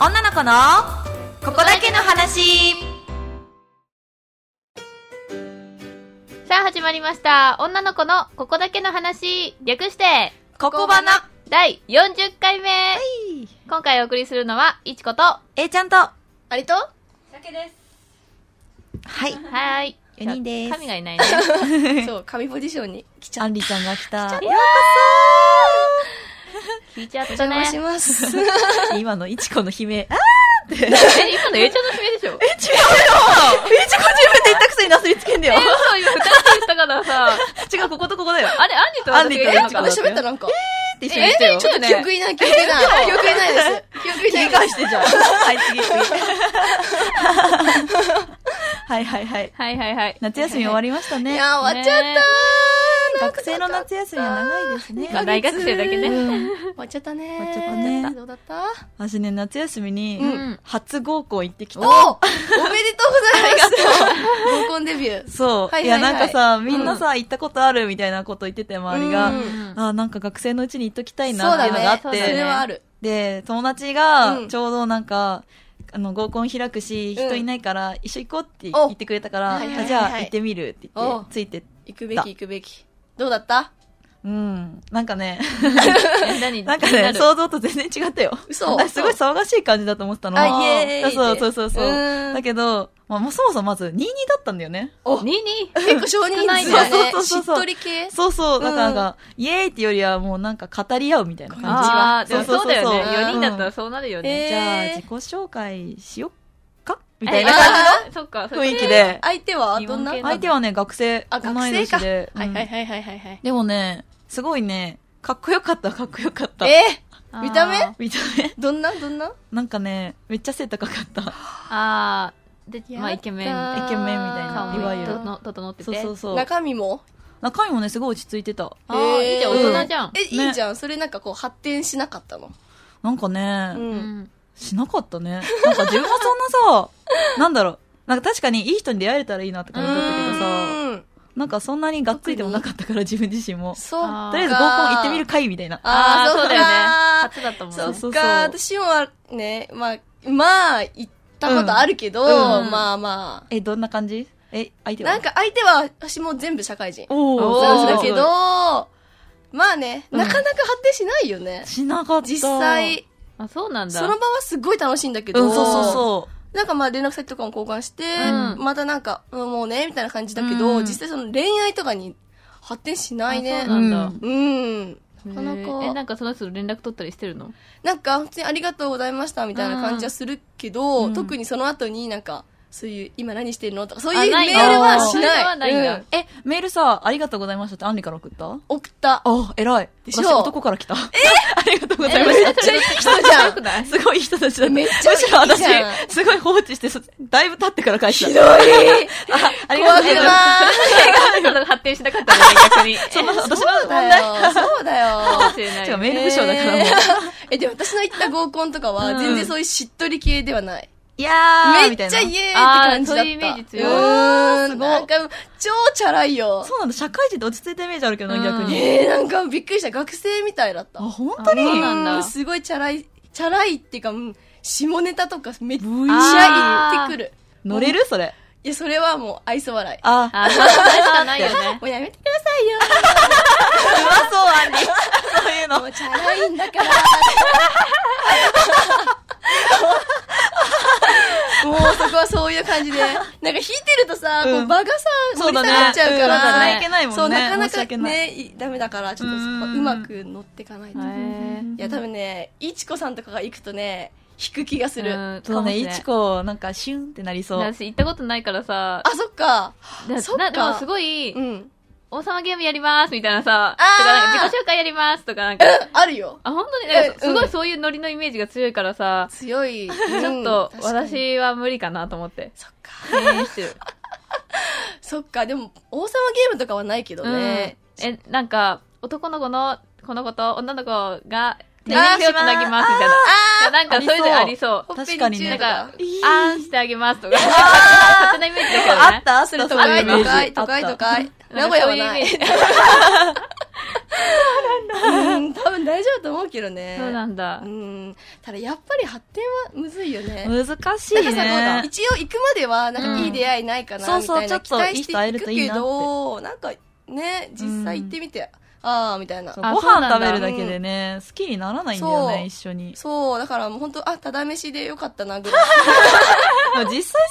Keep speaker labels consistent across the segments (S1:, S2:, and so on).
S1: 女の子のここだけの話
S2: さあ始まりました。女の子のここだけの話、略して、
S1: ここばな
S2: 第40回目、今回お送りするのは、いちこと、は
S1: A ちゃんとは
S3: ありと
S1: い
S2: ーい。
S1: 四人です
S2: 神がいないね。
S3: そう、神ポジションに来ちゃ
S1: ア
S3: っ。
S1: ンリちゃんが来た
S2: 聞いちゃったた
S3: お邪
S2: ね
S3: 魔。します。
S1: 今のいちこの 悲鳴あ
S2: え、今の A ちゃんの姫でしょえ、
S1: いちこ自分で言ったくせになすりつけんだよ
S2: そう、今二人でしたからさ、
S1: 違うこことここだよ
S2: あれ、アンリと私がい
S1: ア
S2: る
S1: ンリ
S2: のか
S1: と
S2: な
S3: 私喋ったなんか。
S1: って一緒に
S2: え
S1: し、てよ
S2: ちょっと
S3: 記
S2: ね。
S3: 憶いない、記憶いない。記憶いないです。記憶い
S1: 切
S3: な
S1: り
S3: いです。
S1: 返してじゃんはい次次 はいはいはい
S2: はいはいはい。
S1: 夏休み終わりました
S3: い
S1: ね
S3: や、終わっちゃっ
S2: ね
S3: た
S1: 学生の夏休みは長いですね
S2: まあ大学生だけね。
S3: 終わっちゃったね。
S1: 終わっちゃったね
S3: どうだった
S1: 私ね夏休み
S2: う
S1: に
S2: ん。
S1: 初合コン行ってき
S3: お
S1: た
S3: おめでとうございます。合コンデビュー。
S1: そう、
S3: はいいはいは
S1: や
S3: い
S1: なんかさみんなさ、行ったことあるみたいなこと言ってて周りが、
S3: うん
S1: あーなんか学生のうちに行っときたい
S3: そ
S1: な
S3: う
S1: っていう
S3: だ
S1: のがあ
S3: ね。
S1: って、
S2: そ
S3: そ
S2: うだ
S3: れはある。
S1: で友達
S3: う
S1: が
S3: ん
S1: ちょうどなんか、あの合コン開くし人いないから一緒行こうって
S3: お
S1: 言ってくれたから、
S3: はいはいはいはい
S1: あじゃあ行ってみるって言
S3: お
S1: ってついてっ
S3: 行くべき、行くべき。どうだった
S1: うんなんか ね
S2: え何
S1: なんか
S2: 気に
S1: ね
S2: る
S1: 想像と全然違ったよ
S3: 嘘
S1: 私すごい騒がしい感じだと思ってたの
S3: あ、イエーイって。
S1: そうそうそうそう
S3: うん
S1: だけど、まあ、もうそもそもまず22だったんだよね
S3: お
S2: にに
S3: 結構少人数だね
S1: 少ないね。
S3: しっとり系。
S1: そうそう、
S3: うん
S1: だからなんか、イエーイってよりはもうなんか語り合うみたいな感じ。
S2: あー、でもそうだよ
S1: そう
S2: ね
S1: そう
S3: そう。
S2: 4人だったらそうなるよね。
S3: えー
S1: じゃあ自己紹介しよっかみ
S2: み
S1: たいな
S3: え
S2: 感じのそっか、そっか
S1: 雰囲気で。
S3: 相手はどんな
S2: 日本系
S1: 相手はね、学生。
S3: あ学生か
S1: 同い年で。うん
S3: はいはいはいはいはいはい。
S1: でもね、すごいね、かっこよかった、かっこよかった。
S3: え
S2: あー
S3: 見た目
S1: 見た目。
S3: ーどんなどんな
S1: なんかね、めっちゃ背高かった。
S2: あー、で、まあ、
S3: や
S2: イ
S3: ったー
S2: ケメンみたいな。
S1: イケメンみたいな
S2: 顔
S1: いわゆ
S2: も
S1: る
S2: との整ってて。
S1: そうそうそう。
S3: 中身も
S1: 中身もね、すごい落ち着いてた。
S2: あーいいじゃん、
S1: うん
S2: 大人じゃん。
S3: え、いいじゃん。それなんかこう発展しなかったの。
S1: なんかね、
S3: うん
S2: うん
S1: しなかったね。なんか自分はそんなさ、 なんだろう。なんか確かにいい人に出会えたらいいなって感じだったけどさ、
S3: うん
S1: なんかそんなにがっついてもなかったから自分自身も。
S3: そうか。
S1: とりあえず合コン行ってみる会みたいな。
S2: あ
S3: あ
S2: ー
S3: ー
S2: そうだよね。初だったもんね。
S1: そう
S3: そっか、私はね、まあ、まあ、行ったことあるけど、
S1: うん
S2: うん
S3: まあま
S1: え、どんな感じえ、相
S3: あ。
S1: 手は
S3: なん、か相手は、私も全部社会人。
S1: おー
S2: おー
S3: なんだけ
S1: すごいす
S3: ど、まあね、
S1: うん
S3: なかなか発展しないよね
S1: ごい。しなかった。
S3: 実際、
S2: あ、そうなんだ。
S3: その場はすごい楽しいんだけど、
S1: うん、そうそうそ
S3: なんかまあ連絡先とかも交換して、
S2: うん
S3: またなんか、うんもうね、みたいな感じだけど、
S1: うん
S3: 実際その恋愛とかに発展しない
S2: あ
S3: ね
S1: う。
S2: そう。なんだ
S1: うん
S3: うん。なかな
S2: へ
S3: か。
S2: ーえ、なんかその人と連絡取ったりしてるの
S3: なんか普通にありがとうございましたみたいな感じはするけど、
S1: うん
S3: 特にその後になんか、そういう、今何してるのとか、そう
S2: あ
S3: いう
S2: ない
S3: メールは
S1: あー
S3: し
S2: そういう
S3: ない。
S2: のはないんだ
S3: うん
S1: え、メールさ、ありがとうございましたってアンリから送った
S3: 送った。
S1: あ、偉い。
S3: でしょ
S1: 私男から来た。え ありがとうございま
S2: え
S1: し
S2: めっちゃいい
S3: 人じゃ ん
S2: よくない
S1: た。すごい人たちだった
S3: めっちゃいい
S1: むしろ私
S3: じゃん、
S1: すごい放置して、そだいぶ経ってから返した。
S3: ひど
S1: ありがとうございます。
S3: い怖くない
S2: その発展しなかったのね、逆に。
S1: その、私の、
S3: そうだよ。そうだよ。
S2: かもしれない。
S1: 違う、メール不詳だからもう。
S3: えーえ、でも私の行った合コンとか
S2: う
S3: は、
S2: ん
S3: 全然そういうしっとり系ではない。
S1: いやー、
S3: め
S1: みた
S3: っ
S1: い
S3: ち
S1: な
S3: ゃ。イエーイって感じだ
S2: あーそ
S3: った。
S2: ういうイメージ強いう
S3: ーん。なんか、超チャラいよ。
S1: そうなんだ、社会人って落ち着いたイメージあるけどな、
S2: うん
S1: 逆に。
S3: えー、なんかびっくりした。学生みたいだった
S1: あ、。本当に
S2: あそうなんだ
S3: うすごいチャラい、チャラいっていうか、うん下ネタとかめっち
S1: ブイ
S3: ゃ言ってくる。
S1: 乗れるそれ。
S3: いや、それはもう愛想笑い。
S1: あ、
S2: あ、そうしかないよ ね。
S3: もうやめてくださいよ。
S1: うまそう、アンリ。そういう
S3: も
S1: の。
S3: うチャラいんだから。もうそこはそういう感じで。なんか弾いてるとさ、
S1: うん
S3: こう場がさ、
S1: そう
S3: 盛り
S1: だ
S3: 下
S1: ね
S3: がっちゃうか
S1: うんそうだね
S3: ら。
S1: いけないもんね
S3: そう、なかな
S1: 申し訳
S3: か
S1: な
S3: ね、いダメだから、ちょっとそこは
S1: うん
S3: うまく乗ってかないと。い
S2: へー
S3: や、多分ね、いちこさんとかが行くとね、弾く気がする。あ、
S2: うん
S1: そうね、
S2: かもしれ
S1: い
S2: ない
S1: ちこ、なんか、シュンってなりそう。
S2: 私行ったことないからさ、
S3: そっか。
S2: だ
S3: そっ
S2: な
S3: か
S2: でもすごい、
S3: うん。
S2: 王様ゲームやりますみたいなさ、
S3: あー
S2: とかなんか自己紹介やりますとかなんか、
S3: あるよ。
S2: あ、本当になんか
S3: えう
S2: す
S3: ん
S2: ごいそういうノリのイメージが強いからさ、
S3: 強 い。ち
S2: ちょっと。私は無理かなと思って。
S3: そっか。
S2: 敬遠してる。
S3: そっか、でも、王様ゲームとかはないけど
S2: うん。
S3: ね
S2: え。、なんか、男の子の、この子と女の子が、手
S3: あー
S2: をつなぎますみたいな。いやなんかそういうのありそう。
S3: ほっぺ
S1: 確か
S3: に
S1: に
S3: チュ
S1: ね
S3: ー
S2: なんか
S3: とか。、
S2: あーんしてあげますとか。そんなイメージだけどね。
S1: たそれ
S3: 都
S1: とか
S3: 会、
S1: イメー
S3: 都
S1: ジ
S3: 会、
S1: あ
S3: 都
S1: った
S3: 会、都会。名古屋はな
S2: んかそういうイメ
S3: い。
S2: ージ。
S3: うん多分大丈夫と思うけどね
S2: そうなんだ
S3: う。んただやっぱり発展はむずいよね
S4: 難しい
S3: なんかさなん
S4: ね。
S3: か一応行くまではなん
S2: うん
S3: かいい出会いないかな
S4: そう
S3: み
S4: そう
S3: たいな
S4: ち
S3: 期
S4: ょっと
S3: 待してい
S4: いい人
S3: く
S4: 会えるといい
S3: け
S4: なっ
S3: どなんかね実際行ってみてああみたいな
S4: そう
S2: あ
S4: ご
S2: そうなん
S4: 飯
S2: だ
S4: 食べるだけでね、好きにならないんだよ
S3: そう
S4: ね、一緒に。
S3: そうだからもう本当あただ飯でよかったなぐらい
S4: でも実際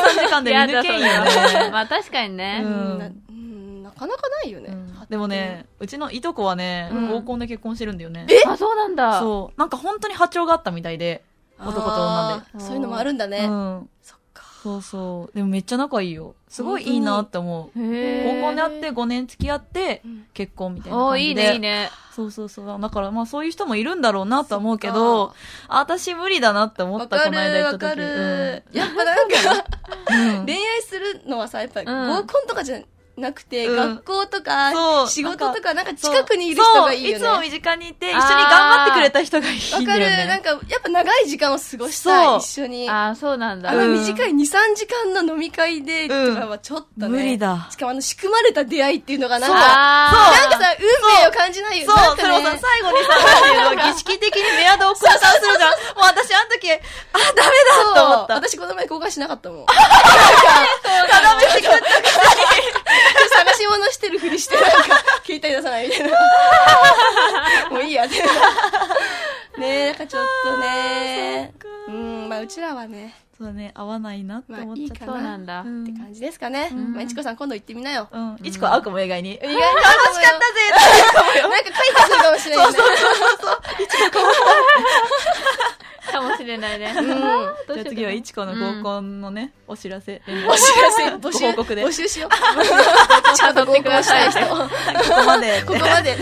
S4: そう2時間3時間で
S2: や
S4: 見抜
S2: だ
S4: けん
S2: そ
S4: よ
S2: れは
S4: ね。
S2: まあ確かにね
S4: う。
S3: うんんなうんなかなかないよね
S4: うんでもね、うちのいとこはね
S3: うん、
S4: 合コンで結婚してるんだよね。
S2: あ、そうなんだ。
S4: そう。なんか本当に波長があったみたいで。
S3: 発展
S4: 男と女で
S3: あーそういうのもあるんだ
S4: う
S3: ね
S4: ん。
S3: そっか
S4: そうそう。でもめっちゃ仲いいよ。すごいいいなって思う。
S2: へー
S4: 合コンで会って5年付き合って
S3: うん、
S4: 結婚みたいな
S2: お
S4: 感
S2: ー
S4: じで。
S2: いいね、いいね。
S4: そうそうそう。だからまあそういう人もいるんだろうなとは思うけ
S3: そっ
S4: ど
S3: か、
S4: あ私無理だなって思
S3: わ
S4: った、
S3: か
S4: この間
S3: る
S4: 行
S3: わ
S4: っ
S3: か
S4: た時。
S3: るやっぱなんか
S4: うんうん
S3: 恋愛するのはさやっぱ
S2: ん
S3: 合コンとかじゃなくて
S4: うん
S3: 学校と
S4: そ
S3: か
S4: う
S3: 仕事
S4: なんか
S3: とかなんか
S4: そう
S3: 近くにいる人がいいよね
S4: そういつも身近にいて、一緒に頑張ってくれた人がいい
S3: わ
S4: んだ
S3: か
S4: よ
S3: る。
S4: ね。
S3: なんか、やっぱ長い時間を過ごした
S4: そ
S3: い、
S4: う
S3: 一緒に。あ
S2: あー、そうなんだ。
S4: う
S3: の
S4: ん
S3: 短い2、3時間の飲み会で、とかはちょっとね。
S4: 無理。だ
S3: し。かもあの、仕組まれた出会いっていうのがなんか、
S2: あ
S3: なん
S2: ー
S3: かさ、運命を感じないよ
S4: そう、
S3: な
S4: そ
S3: ん
S4: れ
S3: か
S4: を
S3: ね
S4: さ、最後にさ、なんていうの儀式的にメアドを交換するじゃん。 もう私あの時、あ、ダメだと思
S3: そう
S4: った。
S3: 私この前交換しなかったもん。なんか
S4: ダメしてくれ
S3: 探し物してるふりして、なんか、携帯出さないみた いな。もういいや、ね。ねえ、なんかちょっとね。うん、まあ、うちらはね、
S4: そうね、合わないなって思っちゃった。
S2: そうなんだ
S4: う。
S3: っ
S4: ん
S3: て感じですかね。
S2: ん
S3: まあ、いちこさん今度行ってみなよ。
S4: うん。いちこ会うかも映画に。
S3: 意外に楽しかった
S4: ぜ
S3: なんか書いてくるかもしれないね。
S2: かもしれないね。
S3: うん。
S2: どう
S4: じゃあ
S2: しようかな
S4: 次は、いちこの合コンのね、お知らせ。連絡
S3: お知らせ、募集、
S4: ご報告で
S3: 募集しよう。ちょっと合コンしたい人。こ
S4: ここまで。
S3: こまで。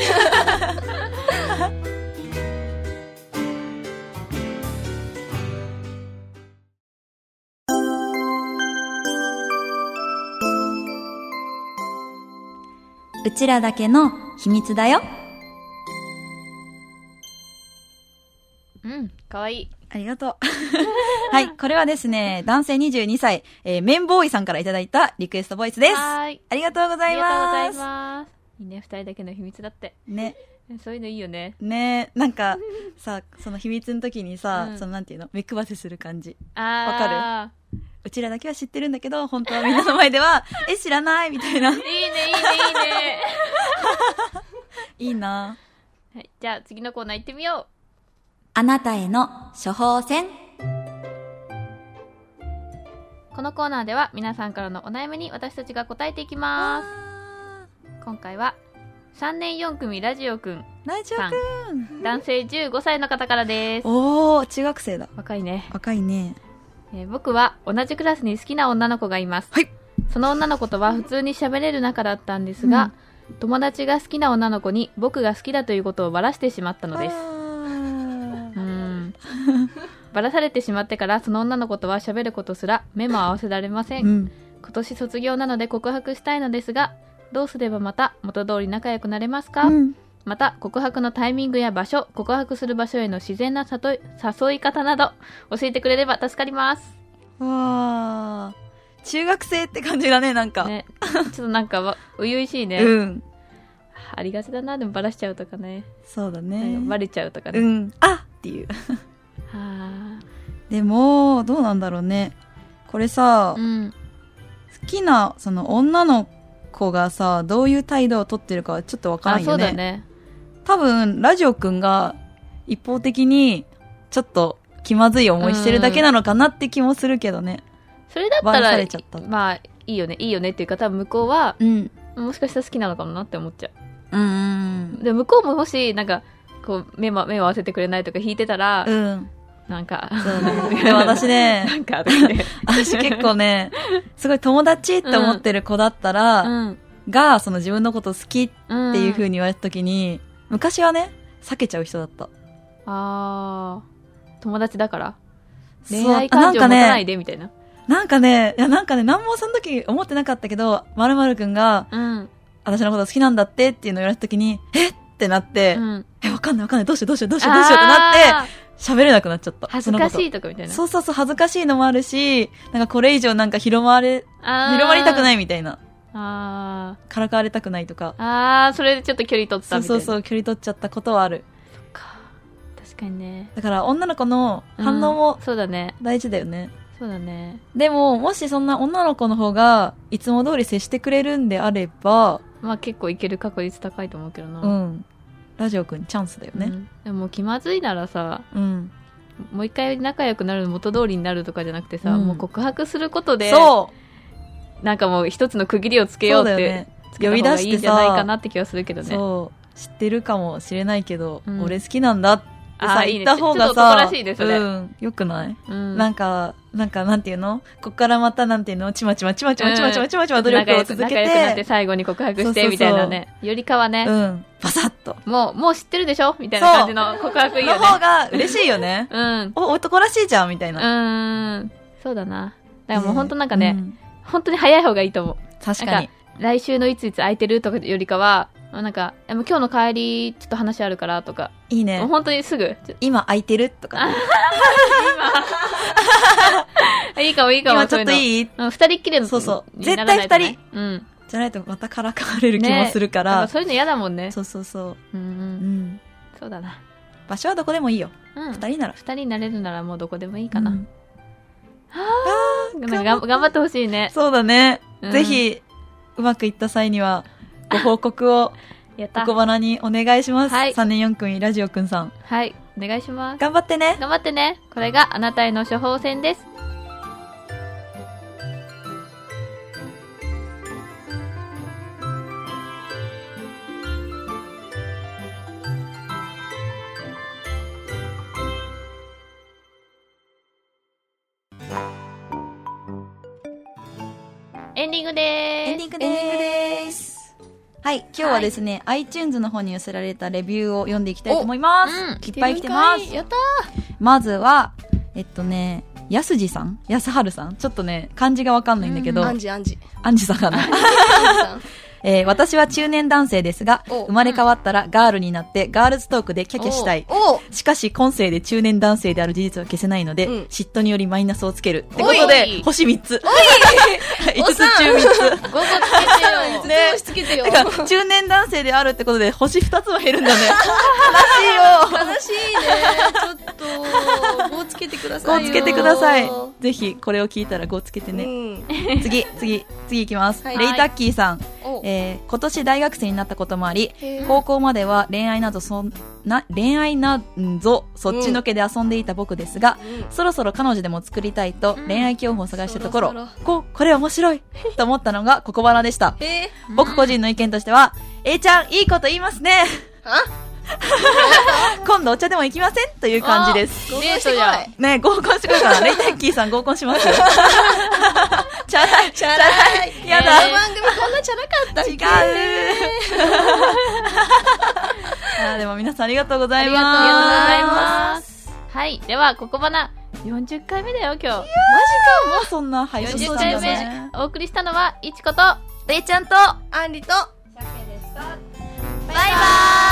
S1: うちらだけの秘密だよ。
S2: うん、かわいい。
S1: あり がとう。はい、これはですね、男性22歳、えーメンボーイさんからいただいたリクエストボイスです。あ
S2: はーい。
S1: りがとうござ
S2: あ
S1: い
S2: りがとうござ
S1: ま
S2: い
S1: す。
S2: ます。いいね、二人だけの秘密だって。
S1: ね、
S2: そういうのいいよね。
S1: ねなんか、さ、その秘密の時にさ、
S2: うん
S1: そのなんていうの、目配せする感じ。
S2: あー。
S1: わうちらだけは知ってるんだけど、本当はみんなの前では、え、知らないみたいな。
S2: いいね、いいね、いいね。
S1: いいな
S2: はい、じゃあ次のコーナー行ってみよ
S1: あなたへの処方箋。
S2: う。このコーナーでは皆さんからのお悩みに私たちが答えていきます。今回は、3年4組ラジオくん
S1: ラジオく
S2: さ
S1: ん。
S2: ん、男性15歳の方からです。
S1: おー、中学生だ。
S2: 若いね。
S1: 若いね。
S2: えー僕は同じクラスに好きな女の子がいます、
S1: はい
S2: その女の子とは普通に喋れる仲だったんですが、友達が好きな女の子に僕が好きだということをバラしてしまったのですうー んバラされてしまってからその女の子とは喋ることすら目も合わせられません、
S1: うん。
S2: 今年卒業なので告白したいのですがどうすればまた元通り仲良くなれますか、
S1: うん。
S2: また告白のタイミングや場所告白する場所への自然な誘い誘い方など教えてくれれば助かります
S1: わあ中学生って感じだねなんか、
S2: ね、ちょっとなんかわ初々しいね、
S1: うん
S2: ありがちだなでもバラしちゃうとかね、
S1: そうだ
S2: なん
S1: ね
S2: かバレちゃうとか
S1: う
S2: ね、
S1: んあっていう
S2: は
S1: でもどうなんだろうねこれさ
S2: あ、うん
S1: 好きなその女の子がさどういう態度をとってるかはちょっとわから
S2: あ
S1: ん
S2: そ
S1: よ
S2: う
S1: ね
S2: だね
S1: 多分ラジオくんが一方的にちょっと気まずい思いしてるだけなのかなって気もするけどね
S2: それだっ
S1: バ
S2: た
S1: ラさ
S2: ら
S1: れちゃった
S2: まあいいよねいいよねっていうか多分向こうは
S1: うん
S2: もしかしたら好きなのかもなって思っちゃ
S1: うんうん
S2: うで向こうももしなんかこう目も目を合わせてくれないとか引いてたら、
S1: うん
S2: なんか
S1: そうねでも私ね
S2: なんかと かね
S1: 私結構ね、すごい友達って思ってる子だったら、
S2: うん
S1: が、その自分のこと好きっ
S2: うん
S1: ていう風に言われた時に、昔はね、避けちゃう人だった。
S2: あー友達だから
S1: そう
S2: 恋愛感情
S1: あ
S2: 持た
S1: な
S2: なん
S1: か
S2: い
S1: ね、
S2: でみたいな
S1: なんかね、いやなんかね、なんもその時思ってなかったけど、まるまるくんが、
S2: うん
S1: 私のこと好きなんだってっていうのを言われた時に、えっってなって、
S2: うん
S1: え、わかんないわかんない、どうしようどうしようどうしようどうしようってなって、
S2: あー
S1: 喋れなくなっちゃった。
S2: 恥ずかし
S1: そのこ
S2: いとかみたい
S1: と
S2: な
S1: そうそうそう、恥ずかしいのもあるし、なんかこれ以上なんか広まれ、
S2: あー
S1: 広まりたくないみたいな。
S2: あ
S1: からかわれたくないとか
S2: ー、あー、それでちょっと距離取っ
S1: そ
S2: た
S1: う
S2: みたい
S1: そ
S2: な。
S1: うそうう、距離取っちゃったことはある。
S2: そう。か。確かにね。
S1: だから女の子の
S2: うん
S1: 反応も
S2: そうだね。
S1: 大事だよね。
S2: そうだね。
S1: でも、もしそんな女の子の方がいつも通り接してくれるんであれば、
S2: まあ結構いける確率高いと思うけどな。
S1: うん。ラジオくんチャンスだよ
S2: う
S1: ね。
S2: んでももう気まずいならさ、
S1: うん。
S2: もう一回仲良くなる元通りになるとかじゃなくてさ、
S1: うん
S2: もう告白することで、
S1: そ
S2: なんかもう一つの区切りをつ
S1: う
S2: けようっ
S1: そうだよ
S2: て
S1: ね。
S2: つけた方がいいんじゃないかなって気がするけどね。
S1: そう。知ってるかもしれないけど、
S2: うん
S1: 俺好きなんだって
S2: あ
S1: さ、
S2: ーい
S1: 言
S2: いね
S1: った方が
S2: ちょっと
S1: さ、
S2: 男らしいねそれ
S1: うん。よくない
S2: うん
S1: なんか、なんか、なんていうのこっからまた、なんていうのちまちまちまちまちまちまちまちま努力を続け
S2: 仲良くなって
S1: て、
S2: 最後に告白してみたいなね。よりかはね、
S1: うん。パサッと。
S2: もう、もう知ってるでしょみたいな感じの告白いい
S1: の
S2: よ
S1: 方
S2: ね。
S1: が嬉しいよ ね。
S2: うん。う
S1: お、男らしいじゃん、みたいな。
S2: ーん。そうだな。だからもう本当なんか
S1: う
S2: ね、
S1: ん
S2: 本当に早い方がいいと思う。
S1: 確
S2: な
S1: か
S2: ん
S1: に。
S2: 来週のいついつ空いてるとかよりかは、なんか、でも今日の帰り、ちょっと話あるからとか、
S1: いい
S2: もう
S1: ね。
S2: 本当にすぐ、ちょ
S1: 今空いてるとか。
S2: いいかもいいかも、
S1: 今ちょっと
S2: い
S1: いい
S2: うん二人っきりの
S1: そうそう
S2: にならないとね
S1: 絶
S2: うん。
S1: じゃないとまたからかわれる気もするか。
S2: なんからそういうの嫌だもんね。
S1: そうそうそうう。う
S2: うんう。
S1: んん。
S2: そうだな。
S1: 場所はどこでもいいよ。
S2: うん。
S1: 二人なら。
S2: 二人になれるならもうどこでもいいかな。
S1: うん
S2: なんかがん頑張ってほしいね。
S1: そうだね。
S2: うん
S1: ぜひ、うまくいった際には、ご報告を、
S2: やった
S1: こ。こばなにお願いします。
S2: はい
S1: 3年4組、ラジオくんさん。
S2: はい。お願いします。
S1: 頑張ってね。
S2: 頑張ってね。これがあなたへの処方箋です。エンディングでーす。
S1: エンディングでーす。はい、今日はですね、iTunes の方に寄せられたレビューを読んでいきたいと思います。
S2: おうん
S1: いっぱい来てます。
S3: やった
S1: まずは、えっとね、やすじさんやすはるさんちょっとね、漢字がわかんないんだけど、
S3: ーアンジアンジ
S1: アンジさんかな。
S3: アンジさん
S1: えー私は中年男性ですが、
S3: お
S1: 生まれ変わったらガールになって、ガールズトークでキャキャしたい。
S3: おう
S1: しかし、今世で中年男性である事実は消せないので、
S3: うん
S1: 嫉妬によりマイナスをつける。ってこと
S2: おい
S1: で、星3つ。5
S3: お
S1: つ
S3: さん
S1: 中3つ。
S2: 午後つけてよ。
S3: いつでもしつけてよ
S1: だから、中年男性であるってことで、星2つは減るんだね。悲しいよ。
S3: 悲しいねちょっと5つけてくださ
S1: 5
S3: い
S1: つ
S3: よ
S1: けてくだ さい。ぜひ、これを聞いたら5つけて
S3: う
S1: ね。
S3: ん
S1: 次、次、次いきます。
S3: はい
S1: レイタッキーさん。
S3: お
S1: えー今年大学生になったこともあり、
S3: へー
S1: 高校までは恋愛などそんな、恋愛なんぞ、そっちのけで遊んでいた僕ですが、
S3: うん
S1: そろそろ彼女でも作りたいと
S2: うん
S1: 恋愛競歩を探したとこ
S3: そろ
S1: ろ、こ、これ面白いと思ったのがここばなでした。
S3: へえ
S1: 僕個人の意見としては、A ちゃん、いいこと言いますね
S3: あ
S1: 今度お茶でも行きませんという感じです。
S3: 合コンしてこない
S1: ね合コンしてくるから、レイタッキーさん合コンし ますよ。チャラい、
S3: チャラい
S1: や
S3: こ
S1: だ
S3: の番組こんなチャラかったっ け
S1: 違うあーでも皆さんありがとうございます。
S2: ありがとうございます。はい。では、ここばな、40回目だよ、今
S1: マジかもうそんな配
S2: 日。
S1: 信
S2: 40
S1: だ
S2: 回目。お送りしたのは、いちこと、
S1: れいちゃんと、
S3: アンリと
S5: 鮭でした。
S3: バイバーイ